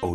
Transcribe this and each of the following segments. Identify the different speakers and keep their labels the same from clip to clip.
Speaker 1: Oh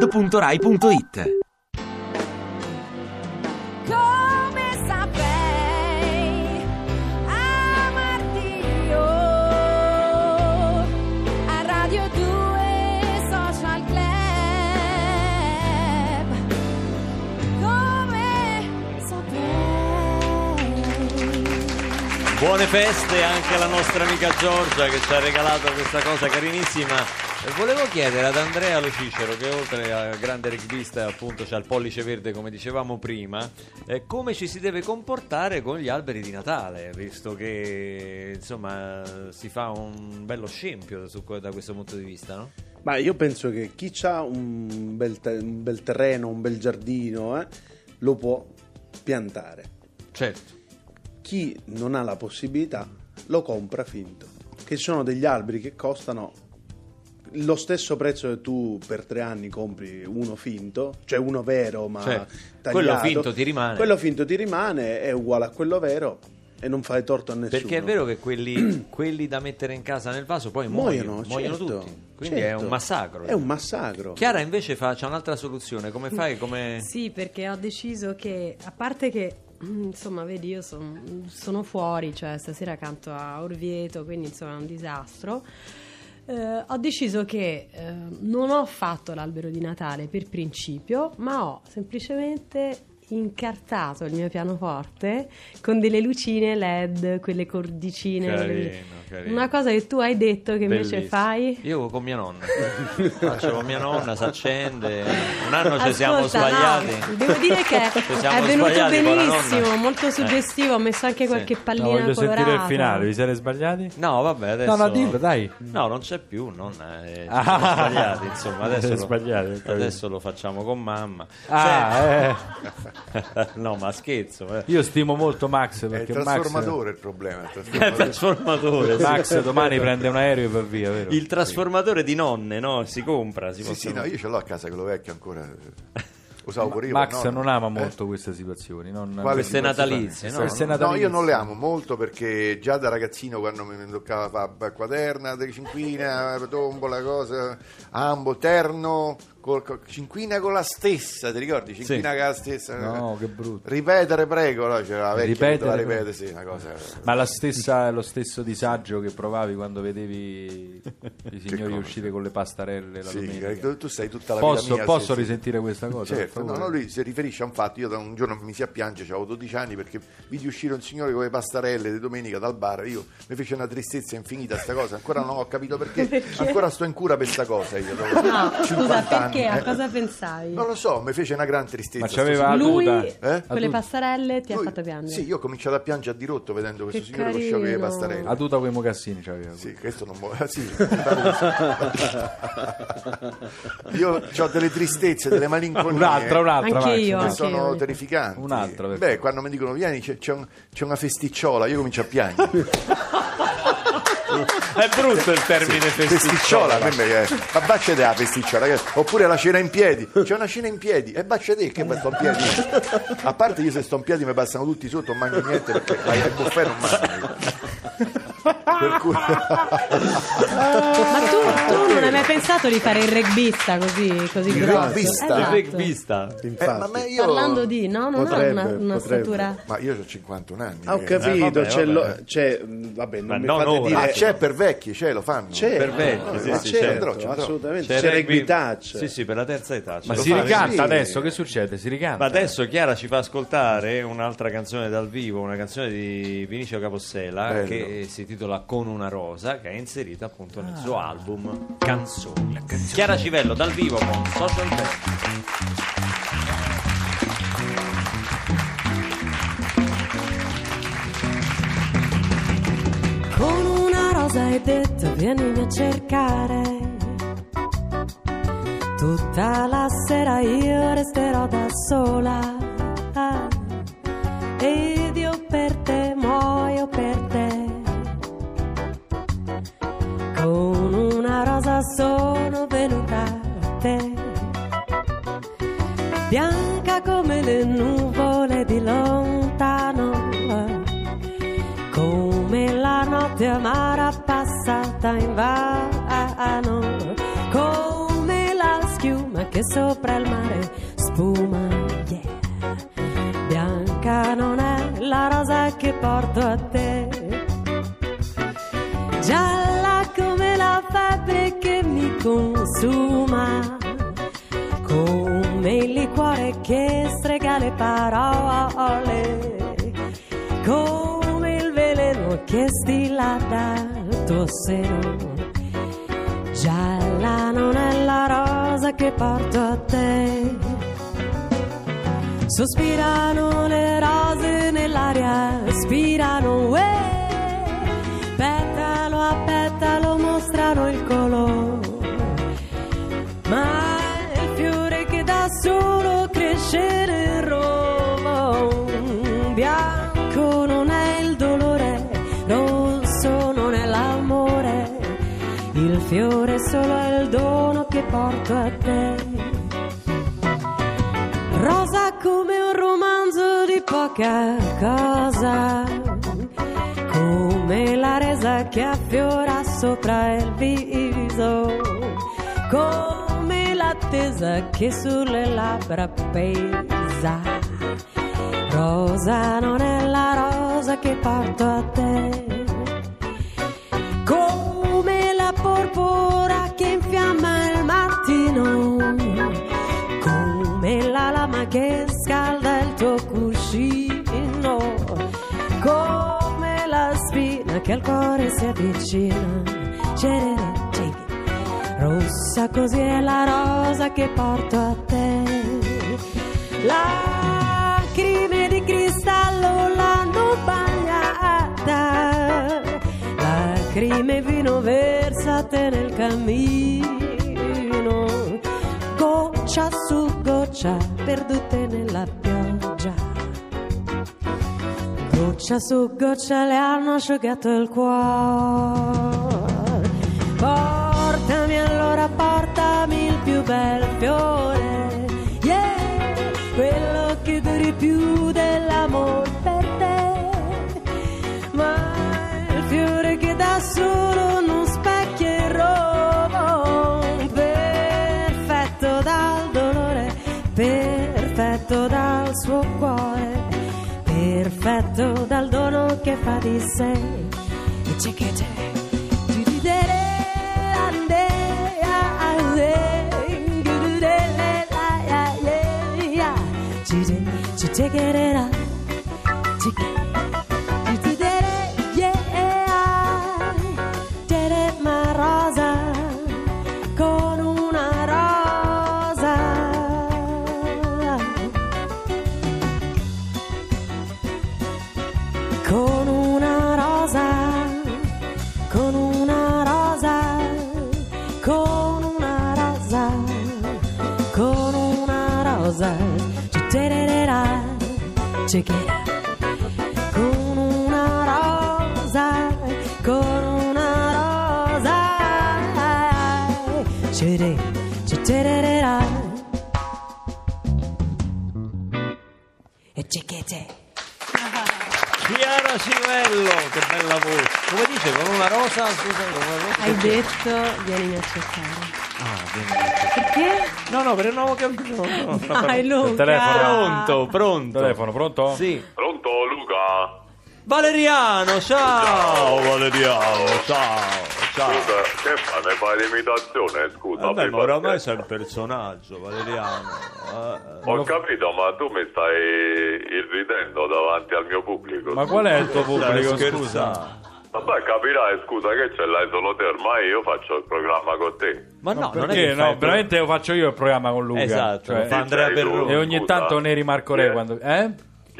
Speaker 2: radio2pod.rai.it
Speaker 3: Come saprei amarti io a Radio 2 Social Club? Come saprei?
Speaker 4: Buone feste anche alla nostra amica Giorgia che ci ha regalato questa cosa carinissima. E volevo chiedere ad Andrea Lucicero, che oltre a grande rugbista appunto c'ha il pollice verde come dicevamo prima, eh, come ci si deve comportare con gli alberi di Natale, visto che insomma si fa un bello scempio su que- da questo punto di vista, no?
Speaker 5: Ma io penso che chi ha un bel, te- un bel terreno, un bel giardino, eh, lo può piantare.
Speaker 4: Certo.
Speaker 5: Chi non ha la possibilità lo compra finto. Che ci sono degli alberi che costano lo stesso prezzo che tu per tre anni compri uno finto, cioè uno vero ma
Speaker 4: Cioè,
Speaker 5: tagliato.
Speaker 4: quello finto ti rimane.
Speaker 5: Quello finto ti rimane, è uguale a quello vero e non fai torto a nessuno.
Speaker 4: Perché è vero che quelli, quelli da mettere in casa nel vaso poi muoiono,
Speaker 5: muoiono,
Speaker 4: muoiono,
Speaker 5: certo,
Speaker 4: tutti. Quindi
Speaker 5: certo.
Speaker 4: è un massacro.
Speaker 5: È un massacro.
Speaker 4: Chiara invece fa, c'ha un'altra soluzione, come fai? Come...
Speaker 6: Mm. Sì, perché ho deciso che, a parte che, insomma, vedi, io son- sono fuori, cioè stasera canto a Orvieto, quindi insomma è un disastro. Eh, ho deciso che eh, non ho fatto l'albero di Natale per principio, ma ho semplicemente incartato il mio pianoforte con delle lucine LED, quelle cordicine. quelle-
Speaker 4: carino.
Speaker 6: Una cosa che tu hai detto che invece
Speaker 4: Bellissimo.
Speaker 6: fai.
Speaker 4: Io con mia nonna. Faccio con mia nonna, si accende. Un anno ci
Speaker 6: Ascolta,
Speaker 4: siamo
Speaker 6: no,
Speaker 4: sbagliati.
Speaker 6: devo dire che
Speaker 4: Ci siamo
Speaker 6: è venuto
Speaker 4: sbagliati con la
Speaker 6: benissimo,
Speaker 4: nonna.
Speaker 6: molto
Speaker 4: Eh.
Speaker 6: suggestivo. Ho messo anche
Speaker 4: Sì.
Speaker 6: qualche
Speaker 7: No,
Speaker 6: pallina
Speaker 7: voglio
Speaker 6: colorata.
Speaker 7: sentire il finale, vi siete sbagliati?
Speaker 4: No, vabbè, adesso.
Speaker 7: No, no, dillo, dai.
Speaker 4: No, non c'è più, nonna. eh, ci
Speaker 7: Ah.
Speaker 4: siamo sbagliati, insomma, adesso,
Speaker 7: Siete
Speaker 4: lo-
Speaker 7: sbagliati, ho capito.
Speaker 4: adesso lo facciamo con mamma.
Speaker 7: Ah, eh,
Speaker 4: Senti- no, ma scherzo. eh.
Speaker 7: io stimo molto Max
Speaker 8: È il
Speaker 7: perché Max,
Speaker 8: trasformatore il problema. il
Speaker 4: Il
Speaker 8: trasformatore.
Speaker 4: trasformatore. sì.
Speaker 7: Max domani prende un aereo e va via, vero?
Speaker 4: Il trasformatore di nonne, no? Si compra, si
Speaker 8: Sì, sì,
Speaker 4: possono-
Speaker 8: no, io ce l'ho a casa quello vecchio ancora. Usavo pure io.
Speaker 7: Max
Speaker 8: per
Speaker 7: non
Speaker 8: nonno.
Speaker 7: ama
Speaker 8: Eh,
Speaker 7: molto queste situazioni. Non...
Speaker 8: Quale
Speaker 4: Queste
Speaker 8: situazione?
Speaker 4: natalizie, no?
Speaker 7: Queste
Speaker 8: No,
Speaker 7: natalizie.
Speaker 8: io non le amo molto perché già da ragazzino quando mi mi toccava fa- fa quaterna, tricinquina, tombola, eh, cosa, ambo, terno, col- col- cinquina con la stessa, ti ricordi? Cinquina con la stessa.
Speaker 7: No, che brutto.
Speaker 8: Ripetere, prego, no, c'era la vecchia che doveva
Speaker 7: Ripetere,
Speaker 8: ripetere, sì, una cosa.
Speaker 7: Ma la stessa- lo stesso disagio che provavi quando vedevi i signori
Speaker 8: cosa?
Speaker 7: uscire con le pastarelle la domenica.
Speaker 8: Sì, tu, tu sei tutta la
Speaker 7: posso
Speaker 8: vita mia,
Speaker 7: posso
Speaker 8: sì, sì.
Speaker 7: risentire questa cosa?
Speaker 8: Certo,
Speaker 7: per
Speaker 8: no,
Speaker 7: favore?
Speaker 8: no, lui si riferisce a un fatto. Io da un giorno mi si appiange, avevo 12 anni perché vidi uscire un signore con le pastarelle di domenica dal bar. Io mi fece una tristezza infinita sta cosa, ancora non ho capito perché, ancora sto in cura per sta cosa. Io dopo
Speaker 6: No, scusa,
Speaker 8: 50
Speaker 6: perché?
Speaker 8: anni,
Speaker 6: A
Speaker 8: eh.
Speaker 6: cosa pensavi?
Speaker 8: Non lo so, mi fece una gran tristezza.
Speaker 7: Ma
Speaker 8: sto
Speaker 7: c'aveva la
Speaker 6: Lui
Speaker 7: tuta.
Speaker 8: Eh?
Speaker 6: con le
Speaker 7: La tuta.
Speaker 6: pastarelle ti
Speaker 8: signore.
Speaker 6: ha fatto piangere.
Speaker 8: Sì, io ho cominciato a piangere a dirotto vedendo questo
Speaker 6: Che
Speaker 8: signore con sciocche le
Speaker 6: carino.
Speaker 8: pastarelle.
Speaker 7: La tuta con i mocassini c'aveva.
Speaker 8: Sì, questo non muo- sì, Io ho delle tristezze, delle malinconie.
Speaker 7: Un'altra, un'altra.
Speaker 6: Anche
Speaker 7: Max,
Speaker 6: io,
Speaker 8: che
Speaker 7: un'altra.
Speaker 6: anche
Speaker 8: sono
Speaker 6: io.
Speaker 8: terrificanti.
Speaker 7: Un'altra, per
Speaker 8: Beh,
Speaker 7: favore.
Speaker 8: quando mi dicono vieni c'è, c'è un- c'è una festicciola, io comincio a piangere.
Speaker 4: È brutto il termine
Speaker 8: festicciola,
Speaker 4: festicciola.
Speaker 8: a me è- ma baciate la festicciola, ragazzi. oppure la cena in piedi. C'è una cena in piedi e baciate che poi sto in piedi. A parte io se sto in piedi mi passano tutti sotto, non mangio niente perché vai al buffet non mangio. Per cui
Speaker 6: Ma tu, tu non hai mai pensato di fare il regbista così, così
Speaker 8: Il
Speaker 6: grosso?
Speaker 8: rugbista?
Speaker 4: Il
Speaker 6: Esatto.
Speaker 4: rugbista.
Speaker 8: Eh, ma me-
Speaker 5: Infatti.
Speaker 8: io-
Speaker 6: Parlando di, no? Non
Speaker 5: Potrebbe,
Speaker 6: ha una, una
Speaker 5: potrebbe.
Speaker 6: statura.
Speaker 8: Ma io ho 51 anni.
Speaker 5: Ah, ho
Speaker 8: eh.
Speaker 5: capito,
Speaker 4: vabbè,
Speaker 5: c'è, lo-
Speaker 4: vabbè.
Speaker 5: c'è- mh, vabbè, non
Speaker 4: Ma
Speaker 5: mi
Speaker 4: non
Speaker 5: fate
Speaker 4: ora.
Speaker 5: dire...
Speaker 8: Ah, c'è per vecchi, c'è, lo fanno.
Speaker 5: C'è,
Speaker 4: Per vecchi,
Speaker 5: no,
Speaker 4: sì,
Speaker 5: ma
Speaker 4: sì,
Speaker 5: certo,
Speaker 4: certo,
Speaker 8: certo.
Speaker 5: assolutamente. C'è,
Speaker 4: Rugby-
Speaker 5: Rugby Touch.
Speaker 4: Sì, sì, per la terza età.
Speaker 7: Ma
Speaker 4: Lo
Speaker 7: si
Speaker 4: fa-
Speaker 7: ricanta
Speaker 5: sì.
Speaker 7: adesso, che succede? Si ricanta.
Speaker 4: Ma adesso Chiara ci fa ascoltare un'altra canzone dal vivo, una canzone di Vinicio Capossela
Speaker 8: Bello.
Speaker 4: che si titola Con una rosa, che è inserita appunto nel suo album Canzoni. Chiara Civello dal vivo con Social Band.
Speaker 6: Con una rosa hai detto vieni a cercare. Tutta la sera io resterò da sola. ah, Ed io per te muoio per te. Con una rosa sono venuta a te. Bianca come le nuvole di lontano. ah, Come la notte amara passata in vano. Come la schiuma che sopra il mare spuma. yeah. Bianca non è la rosa che porto a te. Gialla come la febbre che mi consuma, come il liquore che strega le parole, come il veleno che stilla dal tuo seno. Gialla non è la rosa che porto a te. Sospirano le rose nell'aria, spirano, uè, petalo a petalo mostrano il colore. Ma è il fiore che da solo cresce nel rovo, bianco non è il dolore, rosso non è l'amore, il fiore solo è il dono che porto a te. Rosa come un romanzo di poca cosa, come la resa che affiora sopra il viso, come l'attesa che sulle labbra pesa. Rosa non è la rosa che porto a te come la porpora che infiamma il mattino, come la lama che scalda il tuo cuscino, come la spina che al cuore si avvicina. Cerere, cerere. Rossa così è la rosa che porto a te. Lacrime di cristallo l'hanno bagnata. Lacrime e vino versate nel cammino. Goccia su goccia perdute nella pioggia. Goccia su goccia le hanno asciugato il cuore. Portami allora, portami il più bel fiore. Yeah, quello che duri più dell'amore per te. Ma il fiore che da solo non specchia il rovo. Perfetto dal dolore, perfetto dal suo cuore perfetto dal dono che fa di sé. E c'è che c'è. Giudidere, ande, ah, ah, eh, giudidere, la, la, le, ya. Gide, giudigerera, gide, giudidere, yeah. Tere ma rosa, con una rosa con una rosa, con una rosa, con una rosa, con una rosa, ci tererà, ci chiederà. Con una rosa, con una rosa, ci re- ci tererà. E c'è che c'è.
Speaker 4: Chiara Civello, che bella voce. Come dice, con una rosa, scusa, con una rosa.
Speaker 9: Hai detto vienimi a cercare. Perché?
Speaker 4: No, no, perché non avevo capito. no, no.
Speaker 9: Dai, Luca.
Speaker 7: telefono.
Speaker 4: Eh, Pronto, pronto.
Speaker 7: Telefono, pronto?
Speaker 4: Sì.
Speaker 2: Pronto Luca?
Speaker 4: Valeriano, ciao.
Speaker 2: Valeriano.
Speaker 4: Ciao, ciao.
Speaker 2: Scusa, che fa? Ne fai l'imitazione? Scusa,
Speaker 4: Vabbè,
Speaker 2: mi
Speaker 4: ma
Speaker 2: fa
Speaker 4: oramai
Speaker 2: schifo.
Speaker 4: sei un personaggio, Valeriano. Eh,
Speaker 2: Ho capito, ma tu mi stai irridendo davanti al mio pubblico.
Speaker 7: Ma qual è il tuo
Speaker 4: stai
Speaker 7: pubblico, scusa?
Speaker 4: scherzando.
Speaker 2: Vabbè, capirai, scusa, che ce l'hai solo te, ormai io faccio il programma con te.
Speaker 4: Ma no, non è
Speaker 7: Perché
Speaker 4: che fai
Speaker 7: no, veramente lo faccio io il programma con Luca.
Speaker 4: Esatto,
Speaker 7: cioè-
Speaker 4: fa Andrea
Speaker 2: Sei tu.
Speaker 4: Perroni.
Speaker 7: e ogni
Speaker 2: Scusa.
Speaker 7: tanto ne rimarco lei
Speaker 2: Chi è?
Speaker 7: quando... Eh?
Speaker 2: Chi è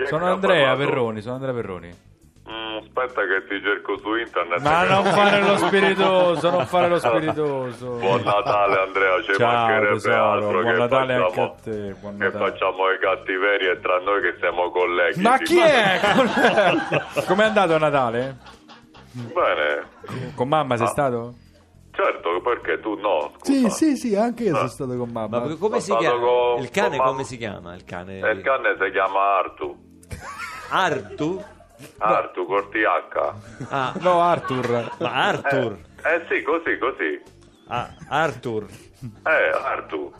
Speaker 2: che
Speaker 7: Sono
Speaker 2: ha
Speaker 7: Andrea
Speaker 2: parlato?
Speaker 7: Perroni, sono Andrea Perroni.
Speaker 2: Mm, aspetta che ti cerco su internet.
Speaker 7: Ma non fare lo spiritoso, non fare lo spiritoso.
Speaker 2: Buon Natale Andrea, ci
Speaker 7: Ciao
Speaker 2: mancherebbe
Speaker 7: tesoro,
Speaker 2: altro
Speaker 7: buon
Speaker 2: che
Speaker 7: Natale anche
Speaker 2: facciamo,
Speaker 7: a te. Buon
Speaker 2: che
Speaker 7: Natale.
Speaker 2: facciamo i cattiveri e tra noi che siamo colleghi.
Speaker 7: Ma
Speaker 2: Sì,
Speaker 7: chi è? Com'è andato a Natale?
Speaker 2: Bene, Ah.
Speaker 7: Con mamma sei stato?
Speaker 2: certo, perché tu no, scusa. Ah.
Speaker 7: sì, sì, anche io sono stato con mamma.
Speaker 4: Ma come si
Speaker 2: Sono
Speaker 4: chiama?
Speaker 2: stato con-
Speaker 4: il cane
Speaker 2: con
Speaker 4: come
Speaker 2: mamma.
Speaker 4: si chiama? Il cane
Speaker 2: E il cane si chiama Artu.
Speaker 4: Artu?
Speaker 2: Artu, con TH.
Speaker 4: Ah,
Speaker 7: No, Arthur.
Speaker 4: ma
Speaker 2: Eh,
Speaker 4: Arthur.
Speaker 2: eh sì, così, così.
Speaker 4: Ah, Arthur.
Speaker 2: Eh, Artu.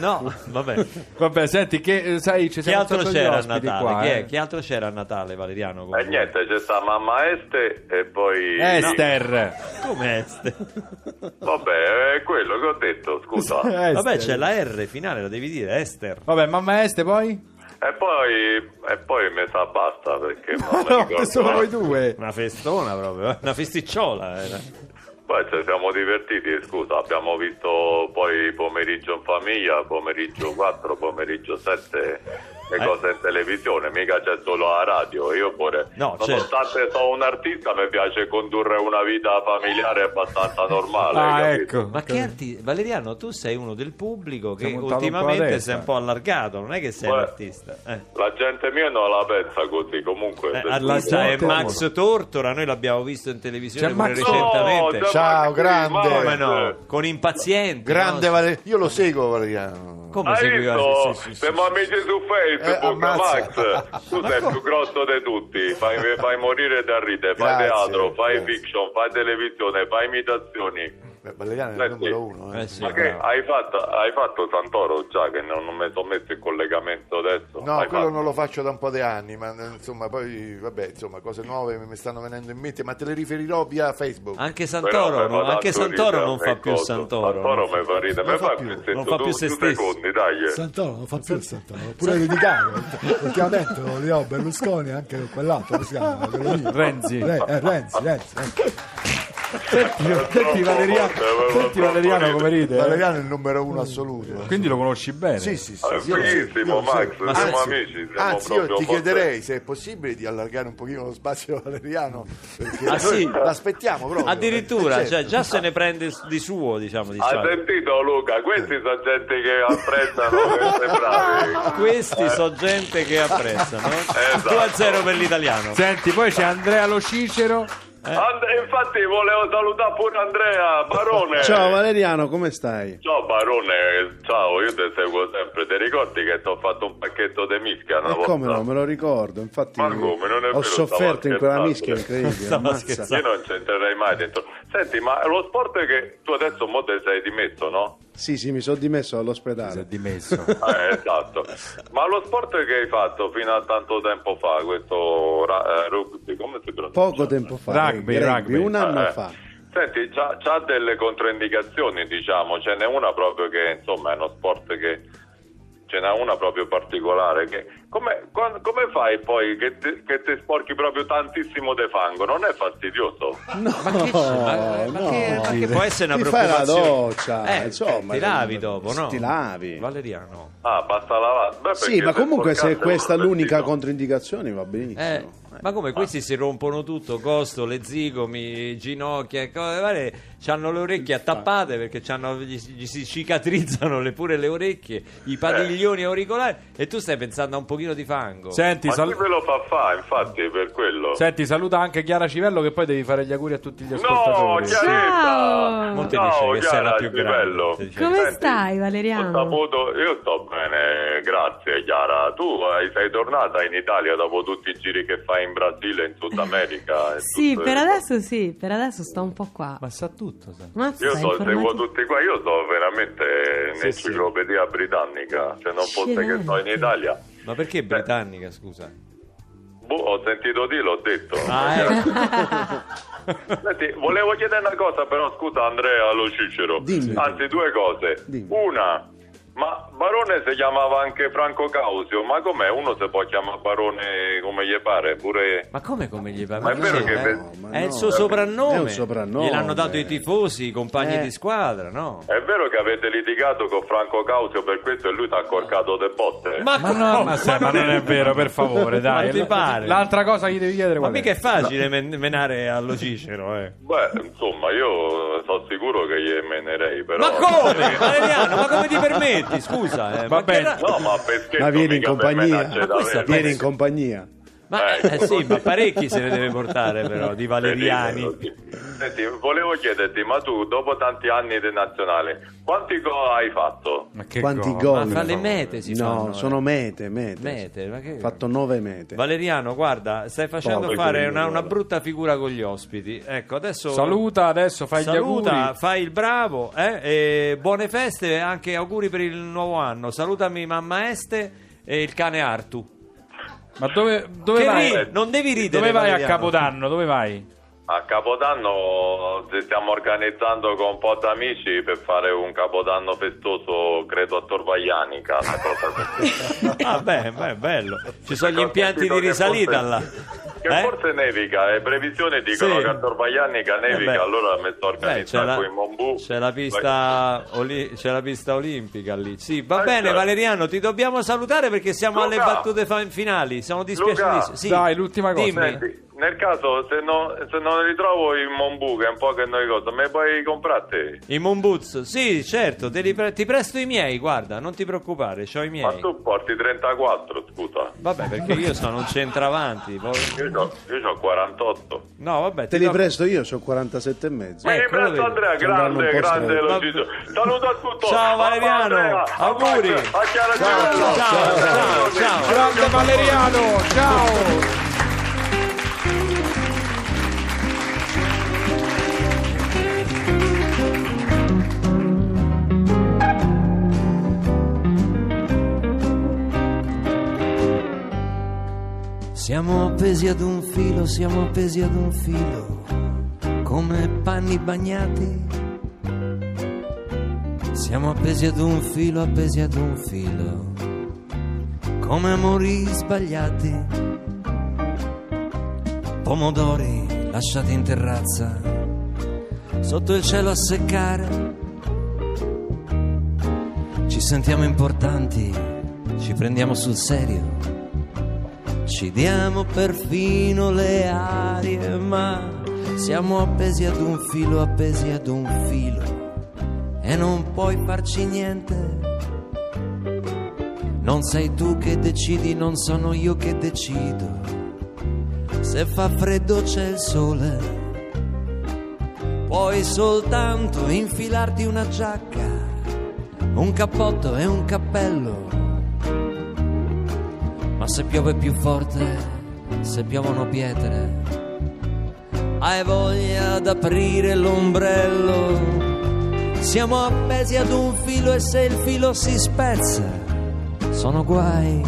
Speaker 4: No, vabbè.
Speaker 7: Vabbè, senti, che eh, sai, ci
Speaker 4: Che
Speaker 7: siamo
Speaker 4: altro
Speaker 7: stati
Speaker 4: c'era a
Speaker 7: ospiti
Speaker 4: Natale?
Speaker 7: qua.
Speaker 4: Chi è?
Speaker 7: eh.
Speaker 4: Che altro c'era a Natale, Valeriano? con
Speaker 2: E
Speaker 4: voi?
Speaker 2: Eh, niente, c'è sta mamma Este e poi...
Speaker 7: Esther.
Speaker 4: Come Este?
Speaker 2: Vabbè, è quello che ho detto, scusa.
Speaker 7: Esther.
Speaker 4: Vabbè, c'è la R finale, la devi dire, Esther.
Speaker 7: Vabbè, mamma Este poi?
Speaker 2: E poi, e poi mi sa basta perché non mi
Speaker 7: No,
Speaker 2: ricordo.
Speaker 7: sono voi due.
Speaker 4: Una festona proprio, eh. una festicciola. era.
Speaker 2: Poi ci siamo divertiti, scusa, abbiamo visto poi pomeriggio in famiglia, pomeriggio 4, pomeriggio 7 le
Speaker 4: Eh.
Speaker 2: cose in televisione, mica c'è solo a radio, io pure
Speaker 4: No, certo.
Speaker 2: nonostante sono un artista mi piace condurre una vita familiare abbastanza normale.
Speaker 7: Ah,
Speaker 2: capito?
Speaker 7: ecco.
Speaker 4: Ma che arti- Valeriano, tu sei uno del pubblico che
Speaker 7: Si è montato un po' la
Speaker 4: ultimamente
Speaker 7: testa.
Speaker 4: si è un po' allargato, non è che sei
Speaker 2: Beh.
Speaker 4: un artista. Eh.
Speaker 2: La gente mia non la pensa così, comunque.
Speaker 4: Eh,
Speaker 2: se-
Speaker 4: artista è
Speaker 7: gente-
Speaker 4: Max Tortora, noi l'abbiamo visto in televisione
Speaker 7: C'è
Speaker 4: pure
Speaker 7: Max-
Speaker 4: recentemente.
Speaker 2: No, c'è
Speaker 8: Ciao,
Speaker 2: Maxi
Speaker 8: grande.
Speaker 4: Come
Speaker 2: Max.
Speaker 4: no? Con impaziente.
Speaker 8: Grande
Speaker 4: no?
Speaker 8: Valerio, io lo seguo Valeriano.
Speaker 4: Come
Speaker 2: Hai
Speaker 4: segui
Speaker 2: visto?
Speaker 4: sì, sì, sì,
Speaker 2: Se mi amici su Facebook,
Speaker 8: Eh, ammazza.
Speaker 2: Max, tu sei il più grosso di tutti. Fai, fai morire da ridere,
Speaker 8: Grazie,
Speaker 2: fai teatro, fai
Speaker 8: grazie.
Speaker 2: fiction, fai televisione, fai imitazioni.
Speaker 8: Beh, Valeriano è
Speaker 2: Eh,
Speaker 8: il numero
Speaker 2: sì.
Speaker 8: uno.
Speaker 4: sì.
Speaker 8: eh.
Speaker 4: Eh, sì,
Speaker 2: Ma che
Speaker 4: bravo.
Speaker 2: hai fatto, hai fatto Santoro già che non, non mi sono messo in collegamento adesso?
Speaker 8: No,
Speaker 2: Hai
Speaker 8: quello
Speaker 2: fatto-
Speaker 8: non lo faccio da un po' di anni, ma eh, insomma, poi vabbè, insomma, cose nuove mi mi stanno venendo in mente, ma te le riferirò via Facebook.
Speaker 4: Anche
Speaker 2: Però
Speaker 4: Santoro,
Speaker 2: mi fa
Speaker 4: no? anche
Speaker 2: tanto
Speaker 4: Santoro
Speaker 2: ridere,
Speaker 4: non fa
Speaker 2: ecco,
Speaker 4: più Santoro.
Speaker 2: Santoro mi fa ridere, mi fa più
Speaker 4: non
Speaker 2: stesso.
Speaker 4: fa più
Speaker 2: Due
Speaker 4: se stesso.
Speaker 2: secondi, dai. eh.
Speaker 10: Santoro non fa più il Santoro, pure Lady Gaga. Ultimamente lo li ho Berlusconi e anche con quell'altro, come si chiama? Quello lì.
Speaker 7: Renzi.
Speaker 10: Re- eh, Renzi, Renzi. Renzi.
Speaker 7: Senti, senti,
Speaker 2: troppo
Speaker 7: Valeriano,
Speaker 2: forte, avevo
Speaker 7: senti
Speaker 2: troppo
Speaker 7: Valeriano
Speaker 2: ride.
Speaker 7: come ride. eh.
Speaker 8: Valeriano è il numero uno assoluto.
Speaker 7: Quindi lo conosci bene.
Speaker 8: Sì, sì, sì.
Speaker 2: Ah,
Speaker 8: sì, io lo seguo,
Speaker 2: Benissimo,
Speaker 8: io lo
Speaker 2: Max,
Speaker 8: seguo.
Speaker 2: siamo
Speaker 8: Anzi-
Speaker 2: amici. Siamo
Speaker 8: Anzi, io
Speaker 2: proprio
Speaker 8: ti
Speaker 2: forte.
Speaker 8: chiederei se è possibile di allargare un pochino lo spazio a Valeriano, perché
Speaker 4: Ah,
Speaker 8: noi
Speaker 4: sì?
Speaker 8: l'aspettiamo proprio.
Speaker 4: Addirittura,
Speaker 8: Eh, certo.
Speaker 4: cioè, già se ne prende di suo, diciamo, di
Speaker 2: Hai
Speaker 4: solito.
Speaker 2: sentito Luca?
Speaker 8: Eh.
Speaker 2: Questi sono gente che apprezzano queste bravi.
Speaker 4: Questi so gente che apprezzano.
Speaker 2: Eh. Esatto.
Speaker 4: 2 a 0 per l'italiano.
Speaker 7: Senti, poi c'è Andrea Lo Cicero.
Speaker 2: And- infatti volevo salutare pure Andrea Barone.
Speaker 5: Ciao Valeriano, come stai?
Speaker 2: Ciao Barone, ciao, io ti seguo sempre. Ti ricordi che ti ho fatto un pacchetto di mischia
Speaker 8: Eh,
Speaker 2: una
Speaker 5: E
Speaker 2: volta?
Speaker 5: come no, me lo ricordo, infatti
Speaker 2: Ma come, non è vero,
Speaker 5: ho sofferto in quella
Speaker 2: stavo
Speaker 5: mischia incredibile.
Speaker 4: Stavo
Speaker 5: ammazza.
Speaker 4: scherzando.
Speaker 2: Io non c'entrerai mai dentro. Senti, ma lo sport che tu adesso mo te sei dimesso, no?
Speaker 5: Sì, sì, mi sono dimesso
Speaker 7: Si è
Speaker 5: dall'ospedale.
Speaker 7: dimesso.
Speaker 2: Eh, esatto. Ma lo sport che hai fatto fino a tanto tempo fa, questo ra- eh, rugby, come si pronuncia?
Speaker 5: Poco tempo fa,
Speaker 7: Rugby,
Speaker 5: eh,
Speaker 7: rugby.
Speaker 5: un anno
Speaker 2: Eh,
Speaker 5: fa.
Speaker 2: Senti, c'ha, c'ha delle controindicazioni, diciamo, ce n'è una proprio che, insomma, è uno sport che ce n'è una proprio particolare. Che, come, quan- come fai poi che ti, che ti sporchi proprio tantissimo de fango? Non è fastidioso?
Speaker 5: No,
Speaker 4: Ma che, ma- ma che- ma che può essere una
Speaker 5: Ti fai la
Speaker 4: preoccupazione?
Speaker 5: doccia,
Speaker 4: Eh,
Speaker 5: insomma,
Speaker 4: ti lavi dopo, no?
Speaker 5: Ti lavi.
Speaker 4: Valeriano.
Speaker 2: Ah, basta lavare. Beh,
Speaker 5: Sì,
Speaker 2: perché
Speaker 5: ma comunque se
Speaker 2: sporcarsi
Speaker 5: è questa
Speaker 2: proprio
Speaker 5: l'unica
Speaker 2: vestito.
Speaker 5: controindicazione va benissimo.
Speaker 4: Eh, ma come questi si rompono tutto, costo, le zigomi, ginocchia e cose varie, hanno le orecchie tappate perché c'hanno- gli, gli si cicatrizzano le- pure le orecchie, i padiglioni auricolari e tu stai pensando a un pochino di fango.
Speaker 7: Senti,
Speaker 2: Ma
Speaker 7: sal-
Speaker 2: chi ve lo fa fa, infatti, per quello?
Speaker 7: senti, saluta anche Chiara Civello che poi devi fare gli auguri a tutti gli
Speaker 2: No,
Speaker 7: ascoltatori.
Speaker 2: Chiaretta!
Speaker 9: Ciao!
Speaker 4: Mo te
Speaker 2: Ciao,
Speaker 4: dice che sei la
Speaker 2: Chiara,
Speaker 4: più
Speaker 2: il
Speaker 4: grande.
Speaker 2: livello.
Speaker 4: Te dice-
Speaker 9: Come
Speaker 2: Senti,
Speaker 9: stai,
Speaker 2: Ho
Speaker 9: Valeriano?
Speaker 2: saputo- io sto bene, grazie Chiara. Tu hai- sei tornata in Italia dopo tutti i giri che fai in Brasile, in Sud America. e
Speaker 9: Sì,
Speaker 2: tutto-
Speaker 9: per adesso sì, per adesso sto un po' qua.
Speaker 7: Ma sa tutto, sa.
Speaker 9: Mazza,
Speaker 2: Io so,
Speaker 9: informati-
Speaker 2: seguo tutti qua, io sono veramente
Speaker 7: Sì,
Speaker 2: un'enciclopedia britannica. Se non fosse che sto in
Speaker 9: Scelente.
Speaker 2: Italia,
Speaker 4: Ma perché britannica, scusa?
Speaker 2: boh, ho sentito di, l'ho detto.
Speaker 4: Ah, ecco.
Speaker 2: Senti, volevo chiedere una cosa, però scusa Andrea, lo Cicero.
Speaker 5: Dimmi.
Speaker 2: Anzi, due cose.
Speaker 5: Dimmi.
Speaker 2: Una, Ma Barone si chiamava anche Franco Causio, ma com'è? Uno si può chiamare Barone come gli pare, pure...
Speaker 11: Ma come come gli pare?
Speaker 2: Ma è vero che...
Speaker 11: è,
Speaker 2: pe-
Speaker 5: ma
Speaker 11: è il
Speaker 5: no.
Speaker 11: suo soprannome.
Speaker 5: È un soprannome.
Speaker 11: Gliel'hanno dato i tifosi, i compagni
Speaker 5: Eh.
Speaker 11: di squadra, no?
Speaker 2: È vero che avete litigato con Franco Causio per questo e lui ti ha accorcato de botte.
Speaker 7: Ma Ah, no, ma, sai, ma non è vero, per favore, dai.
Speaker 11: Ma ti pare?
Speaker 7: L'altra cosa gli devi chiedere
Speaker 11: Ma
Speaker 7: qual è?
Speaker 11: mica è facile men- menare allo Cicero, eh.
Speaker 2: Beh, insomma, io sono sicuro che gli menerei, però...
Speaker 11: Ma come? Valeriano, ma come ti permetti? Scusa, eh, ma
Speaker 7: Vabbè.
Speaker 11: che ra-
Speaker 2: No, ma perché
Speaker 5: Ma vieni in compagnia,
Speaker 11: Ma questa
Speaker 5: vieni in compagnia.
Speaker 11: Ma
Speaker 2: Ecco.
Speaker 11: eh, sì, ma parecchi se ne deve portare però di valeriani.
Speaker 2: Senti, volevo chiederti, ma tu dopo tanti anni di nazionale, quanti gol hai fatto?
Speaker 7: Ma che
Speaker 5: Quanti
Speaker 7: gol?
Speaker 11: Ma
Speaker 5: gol?
Speaker 11: fra le mete si fanno.
Speaker 5: No,
Speaker 11: eh.
Speaker 5: sono mete, mete.
Speaker 11: Mete, ma che-
Speaker 5: Ho fatto nove mete.
Speaker 11: Valeriano, guarda, stai facendo
Speaker 5: Povero
Speaker 11: fare
Speaker 5: Valeriano,
Speaker 11: una, una
Speaker 5: guarda.
Speaker 11: brutta figura con gli ospiti. Ecco, adesso
Speaker 7: Saluta adesso, fai
Speaker 11: Saluta,
Speaker 7: gli auguri.
Speaker 11: fai il bravo, eh, e buone feste e anche auguri per il nuovo anno. Salutami mamma Este e il cane Artu.
Speaker 7: Ma dove, dove
Speaker 11: Che
Speaker 7: vai?
Speaker 11: ri- non devi ridere.
Speaker 7: dove vai a
Speaker 11: Valeriano.
Speaker 7: Capodanno? Dove vai?
Speaker 2: A Capodanno ci stiamo organizzando con un po' d'amici per fare un Capodanno festoso, credo a Torvaglianica, una cosa così.
Speaker 11: Ah, beh, beh, bello. Ci sono gli
Speaker 2: Ho
Speaker 11: impianti
Speaker 2: sentito
Speaker 11: di
Speaker 2: che
Speaker 11: risalita là.
Speaker 2: forse- Che
Speaker 11: Eh?
Speaker 2: forse nevica, le previsioni dicono
Speaker 11: Sì.
Speaker 2: che a Torvaglianica
Speaker 11: Eh,
Speaker 2: nevica,
Speaker 11: beh.
Speaker 2: allora mi sto
Speaker 11: Beh, Eh, c'è,
Speaker 2: organizzando
Speaker 11: la,
Speaker 2: qui in Mombù.
Speaker 11: c'è la pista oli- c'è la pista olimpica lì. Sì, va
Speaker 2: Eh,
Speaker 11: bene,
Speaker 2: certo.
Speaker 11: Valeriano, ti dobbiamo salutare perché siamo alle
Speaker 2: Luca!
Speaker 11: battute fa- finali. Sono dispiaciutissimo. Sì,
Speaker 7: Dai, l'ultima cosa.
Speaker 11: dimmi.
Speaker 2: Senti, nel caso se non, se non ritrovo il Mombù, che è un po' che noi cosa, me puoi comprate?
Speaker 11: I Mombuzzo, sì, certo, te li pre- ti presto i miei, guarda, non ti preoccupare, ho i
Speaker 2: Ma
Speaker 11: miei.
Speaker 2: tu porti 34, scusa.
Speaker 11: Vabbè, perché io sono un centravanti. poi-
Speaker 2: Io c'ho, io c'ho 48.
Speaker 11: No, vabbè,
Speaker 5: Te li
Speaker 11: do-
Speaker 5: presto io, sono 47 e mezzo.
Speaker 2: Mi
Speaker 11: Ecco, lo vedi.
Speaker 2: riprendo Andrea,
Speaker 5: Ci andranno
Speaker 2: grande,
Speaker 5: un po'
Speaker 2: grande lo
Speaker 11: strani.
Speaker 2: Gigio. Saluto a tutto.
Speaker 11: Ciao,
Speaker 2: Mamma
Speaker 11: Valeriano,
Speaker 2: Andrea, a
Speaker 11: auguri.
Speaker 2: Max, A Chiara Giorgio.
Speaker 11: Ciao, ciao, ciao.
Speaker 7: Grande Valeriano, ciao!
Speaker 4: Siamo appesi ad un filo, siamo appesi ad un filo, come panni bagnati. Siamo appesi ad un filo, appesi ad un filo, come amori sbagliati. Pomodori lasciati in terrazza, sotto il cielo a seccare. Ci sentiamo importanti, ci prendiamo sul serio. Ci diamo perfino le arie, ma siamo appesi ad un filo, appesi ad un filo. E non puoi farci niente. Non sei tu che decidi, non sono io che decido. Se fa freddo c'è il sole. Puoi soltanto infilarti una giacca, un cappotto e un cappello ma se piove più forte, se piovono pietre, hai voglia d'aprire l'ombrello. Siamo appesi ad un filo e se il filo si spezza, sono guai.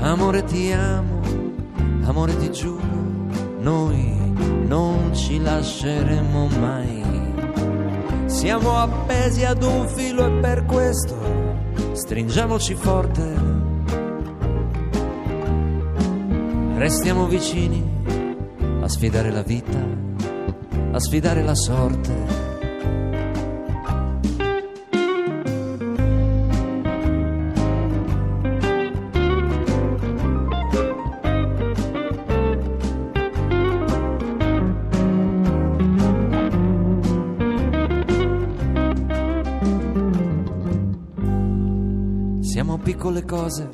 Speaker 4: Amore ti amo, amore ti giuro, noi non ci lasceremo mai. Siamo appesi ad un filo e per questo stringiamoci forte. Restiamo vicini a sfidare la vita, a sfidare la sorte. Siamo piccole cose,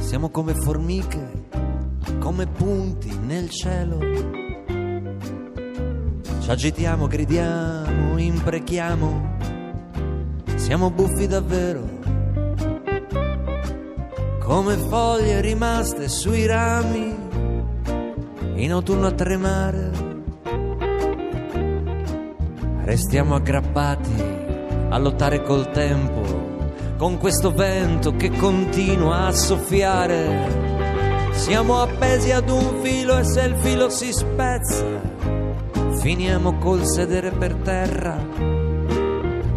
Speaker 4: siamo come formiche, come punti nel cielo. Ci agitiamo, gridiamo, imprechiamo, siamo buffi davvero. Come foglie rimaste sui rami, in autunno a tremare. Restiamo aggrappati a lottare col tempo, con questo vento che continua a soffiare. Siamo appesi ad un filo e se il filo si spezza, finiamo col sedere per terra.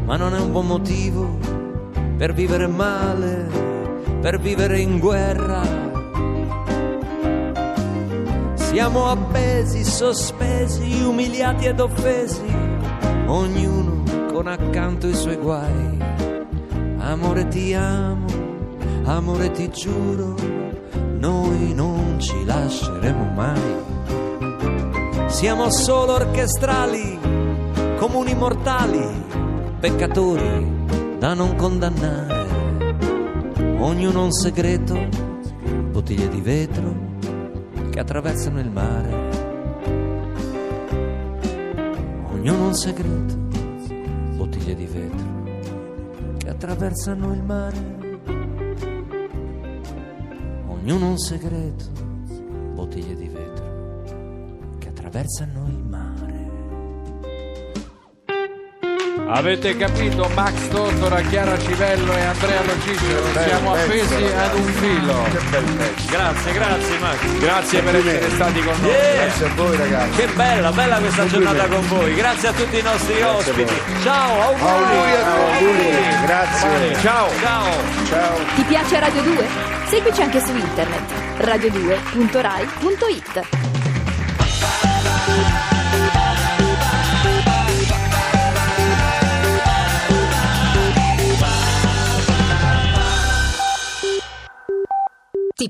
Speaker 4: ma non è un buon motivo per vivere male, per vivere in guerra. Siamo appesi, sospesi, umiliati ed offesi, ognuno con accanto i suoi guai. Amore ti amo, amore ti giuro, noi non ci lasceremo mai. Siamo solo orchestrali, comuni mortali, peccatori da non condannare. Ognuno ha un segreto, bottiglie di vetro che attraversano il mare. Ognuno ha un segreto, bottiglie di vetro che attraversano il mare. Ognuno ha un segreto, bottiglie di vetro che attraversano il mare.
Speaker 7: Avete capito Max Tortora, Chiara Civello e Andrea Lo Cicero? Siamo appesi ad un filo.
Speaker 12: Grazie, grazie Max.
Speaker 7: Grazie per essere stati con noi.
Speaker 12: Yeah.
Speaker 8: Grazie a voi ragazzi.
Speaker 12: Che bella, bella questa
Speaker 8: Complimenti.
Speaker 12: giornata con voi. Grazie a tutti i nostri ospiti. Ciao, auguri.
Speaker 8: Grazie.
Speaker 7: Ciao.
Speaker 12: Ciao. Ciao.
Speaker 3: Ti piace Radio 2? Seguici anche su internet radio2.rai.it
Speaker 6: Ti